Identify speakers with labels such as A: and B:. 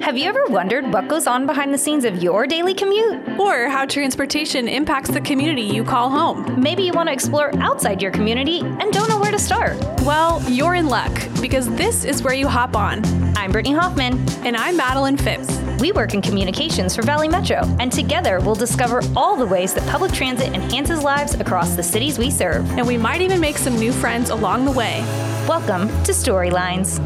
A: Have you ever wondered what goes on behind the scenes of your daily commute?
B: Or how transportation impacts the community you call home?
A: Maybe you want to explore outside your community and don't know where to start.
B: Well, you're in luck because this is where you hop on.
A: I'm Brittany Hoffman.
B: And I'm Madeline Phipps.
A: We work in communications for Valley Metro, and together we'll discover all the ways that public transit enhances lives across the cities we serve.
B: And we might even make some new friends along the way.
A: Welcome to Storylines.